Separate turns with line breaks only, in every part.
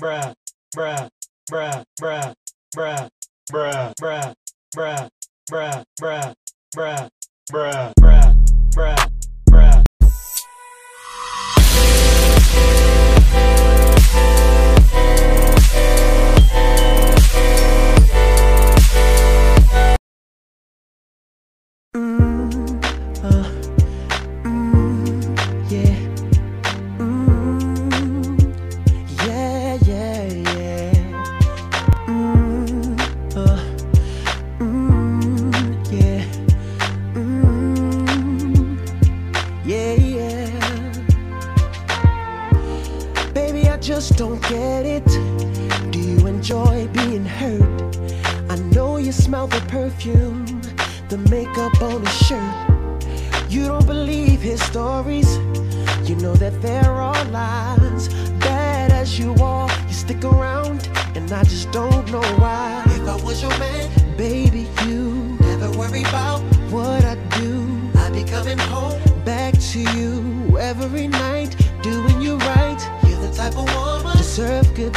bruh, bruh, bruh, bruh, bruh, bruh, bruh, bruh, bruh, bruh, bruh, bruh, bruh, bruh, bruh.
Mm, uh, Mm, Just don't get it. Do you enjoy being hurt? I know you smell the perfume, the makeup on his shirt. You don't believe his stories. You know that there are lies. Bad as you are, you stick around, and I just don't know why. If I was your man, baby, you never worry about what I do. I'd be coming home back to you every night, doing you right. You're the type of woman deserve good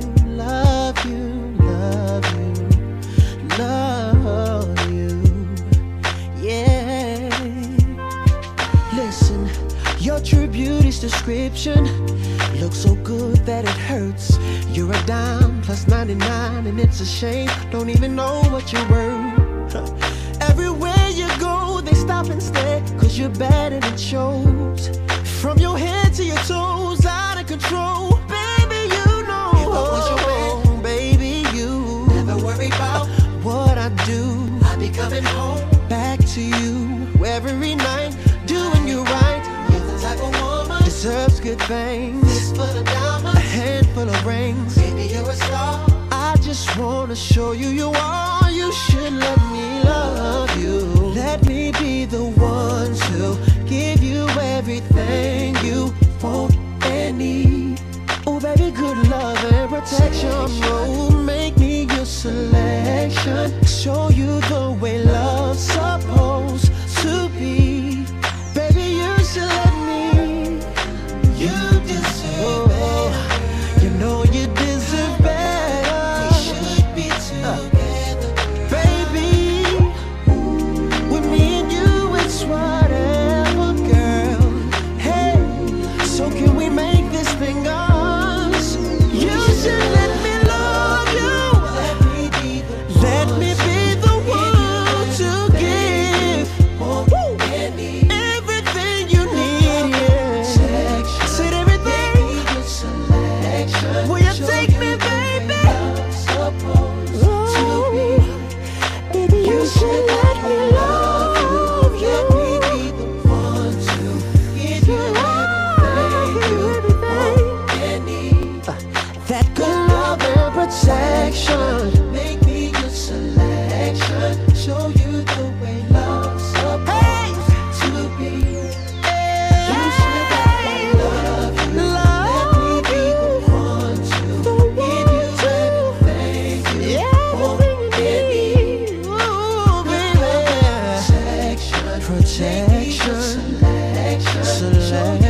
love you, love you, love you. Yeah. Listen, your true beauty's description looks so good that it hurts. You're a dime plus 99, and it's a shame. Don't even know what you're worth. Everywhere you go, they stop and stare, cause you're bad and it shows. From your head to your toes, out of control. Baby, you know. If I was your man, baby, you. Never worry about what I do. I be coming home back to you every night, doing you right. You're the type of woman deserves good things. Fistful of diamonds, a handful of rings. Baby, you're a star. I just wanna show you you are. You should let me love you. Let me be the one to give you everything you want and need. Oh, baby, good love and protection. Oh, make me your selection. Show you the way love's supposed to be. Baby, you should let me. You deserve better. You know you deserve better. We should be together. Baby, with me and you, it's whatever, girl. Hey, so can we make this thing ours? You should let me love you. Let me be the one to give woo, everything you need. Yeah. Said everything. Will you take me, baby? Ooh. Baby, you should let me love you. Let me be the one to give you everything you need. That good love and protection. Make me your selection. Show you the way love's supposed to be. You should let me love you. Let me be the one to give you everything you want and need. Protection, protection, selection,